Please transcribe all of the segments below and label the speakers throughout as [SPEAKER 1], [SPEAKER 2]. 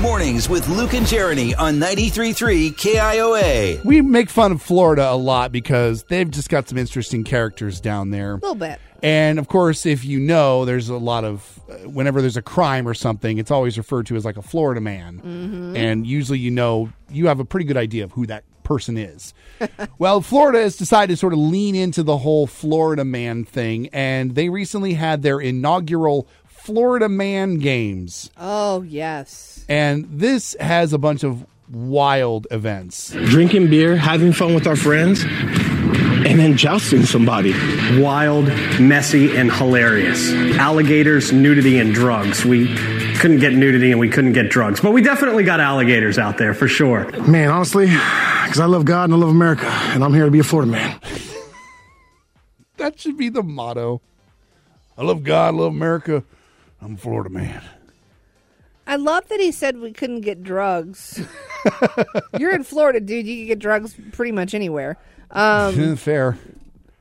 [SPEAKER 1] Mornings with Luke and Jeremy on 93.3 KIOA.
[SPEAKER 2] We make fun of Florida a lot because they've just got some interesting characters down there.
[SPEAKER 3] A little bit.
[SPEAKER 2] And of course, if you know, there's a lot of uh, whenever there's a crime or something, it's always referred to as like a Florida man. And usually, you know, you have a pretty good idea of who that person is. well, Florida has decided to sort of lean into the whole Florida man thing, and they recently had their inaugural Florida Man Games.
[SPEAKER 3] Oh, yes.
[SPEAKER 2] And this has a bunch of wild events.
[SPEAKER 4] drinking beer, having fun with our friends, and then jousting somebody.
[SPEAKER 5] wild, messy, and hilarious. Alligators, nudity, and drugs. We couldn't get nudity and we couldn't get drugs, but we definitely got alligators out there for sure.
[SPEAKER 6] Man, honestly, because I love God and I love America, and I'm here to be a Florida man.
[SPEAKER 2] That should be the motto. I love God, I love America. I'm a Florida man.
[SPEAKER 3] I love that he said we couldn't get drugs. You're in Florida, dude. You can get drugs pretty much anywhere. Um,
[SPEAKER 2] Fair.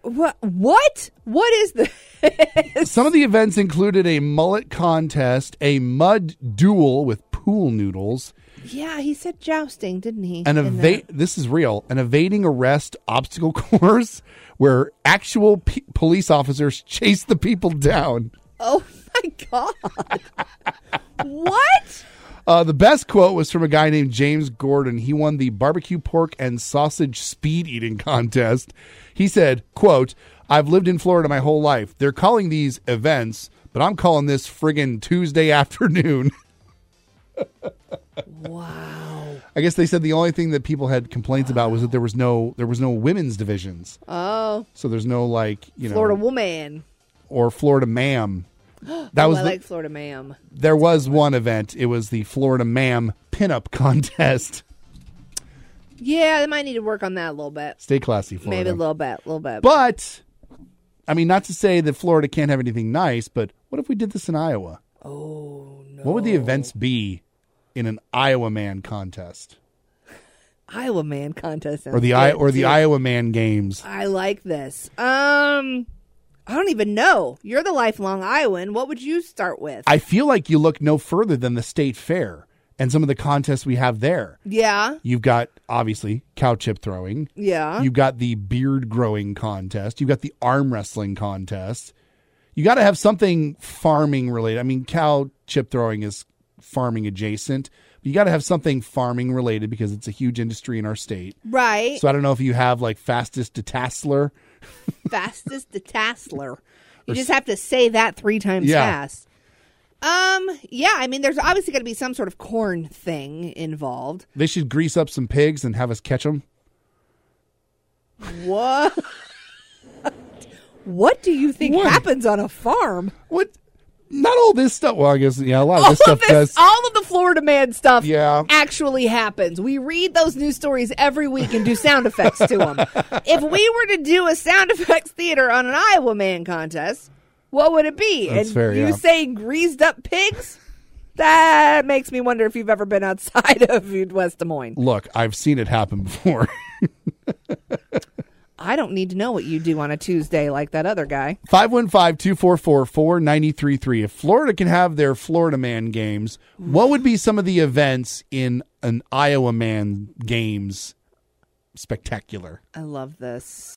[SPEAKER 3] what? What? What is this?
[SPEAKER 2] Some of the events included a mullet contest, a mud duel with pool noodles,
[SPEAKER 3] yeah, he said jousting, didn't he?
[SPEAKER 2] an
[SPEAKER 3] In
[SPEAKER 2] evade. This is real. An evading arrest obstacle course where actual pe- police officers chase the people down.
[SPEAKER 3] the- Oh my god! what?
[SPEAKER 2] Uh, the best quote was from a guy named James Gordon. He won the barbecue pork and sausage speed eating contest. He said, quote, I've lived in Florida my whole life. They're calling these events, but I'm calling this friggin' Tuesday afternoon.
[SPEAKER 3] Wow.
[SPEAKER 2] I guess they said the only thing that people had complaints about was that there was no there was no women's divisions.
[SPEAKER 3] Oh,
[SPEAKER 2] So there's no like, you know,
[SPEAKER 3] Florida woman.
[SPEAKER 2] or Florida ma'am. That
[SPEAKER 3] Oh,
[SPEAKER 2] was
[SPEAKER 3] I
[SPEAKER 2] the,
[SPEAKER 3] like Florida ma'am.
[SPEAKER 2] there was one event. It was the Florida ma'am pinup contest.
[SPEAKER 3] Yeah, they might need to work on that a little bit.
[SPEAKER 2] Stay classy, Florida.
[SPEAKER 3] Maybe a little bit, a little bit.
[SPEAKER 2] But I mean, not to say that Florida can't have anything nice, but what if we did this in Iowa? Oh no! What would the events be in an Iowa Man contest
[SPEAKER 3] Iowa man contest
[SPEAKER 2] or the I or the Iowa Man games?
[SPEAKER 3] I like this. Um, I don't even know. You're the lifelong Iowan. What would you start with?
[SPEAKER 2] I feel like you look no further than the state fair and some of the contests we have there.
[SPEAKER 3] yeah,
[SPEAKER 2] You've got obviously cow chip throwing.
[SPEAKER 3] yeah.
[SPEAKER 2] You've got the beard growing contest. You've got the arm wrestling contest. You got to have something farming related. I mean, cow chip throwing is farming adjacent, but you got to have something farming related because it's a huge industry in our state.
[SPEAKER 3] right.
[SPEAKER 2] So I don't know if you have like fastest to Tassler.
[SPEAKER 3] Fastest the Tassler. You just have to say that three times
[SPEAKER 2] Yeah.
[SPEAKER 3] fast. Um, yeah, I mean, there's obviously going to be some sort of corn thing involved.
[SPEAKER 2] They should grease up some pigs and have us catch them.
[SPEAKER 3] What? what do you think
[SPEAKER 2] What?
[SPEAKER 3] happens on a farm?
[SPEAKER 2] What? Not all this stuff. Well, I guess yeah, a lot of
[SPEAKER 3] all
[SPEAKER 2] this stuff
[SPEAKER 3] of this,
[SPEAKER 2] does.
[SPEAKER 3] all of the Florida man stuff,
[SPEAKER 2] Yeah.
[SPEAKER 3] actually happens. We read those news stories every week and do sound effects to them. If we were to do a sound effects theater on an Iowa man contest, what would it be?
[SPEAKER 2] That's
[SPEAKER 3] and
[SPEAKER 2] fair,
[SPEAKER 3] you
[SPEAKER 2] yeah.
[SPEAKER 3] say greased up pigs? That makes me wonder if you've ever been outside of West Des Moines.
[SPEAKER 2] Look, I've seen it happen before.
[SPEAKER 3] I don't need to know what you do on a Tuesday like that other guy.
[SPEAKER 2] 515-244-4933 if florida can have their florida man games what would be some of the events in an iowa man games spectacular
[SPEAKER 3] I love this.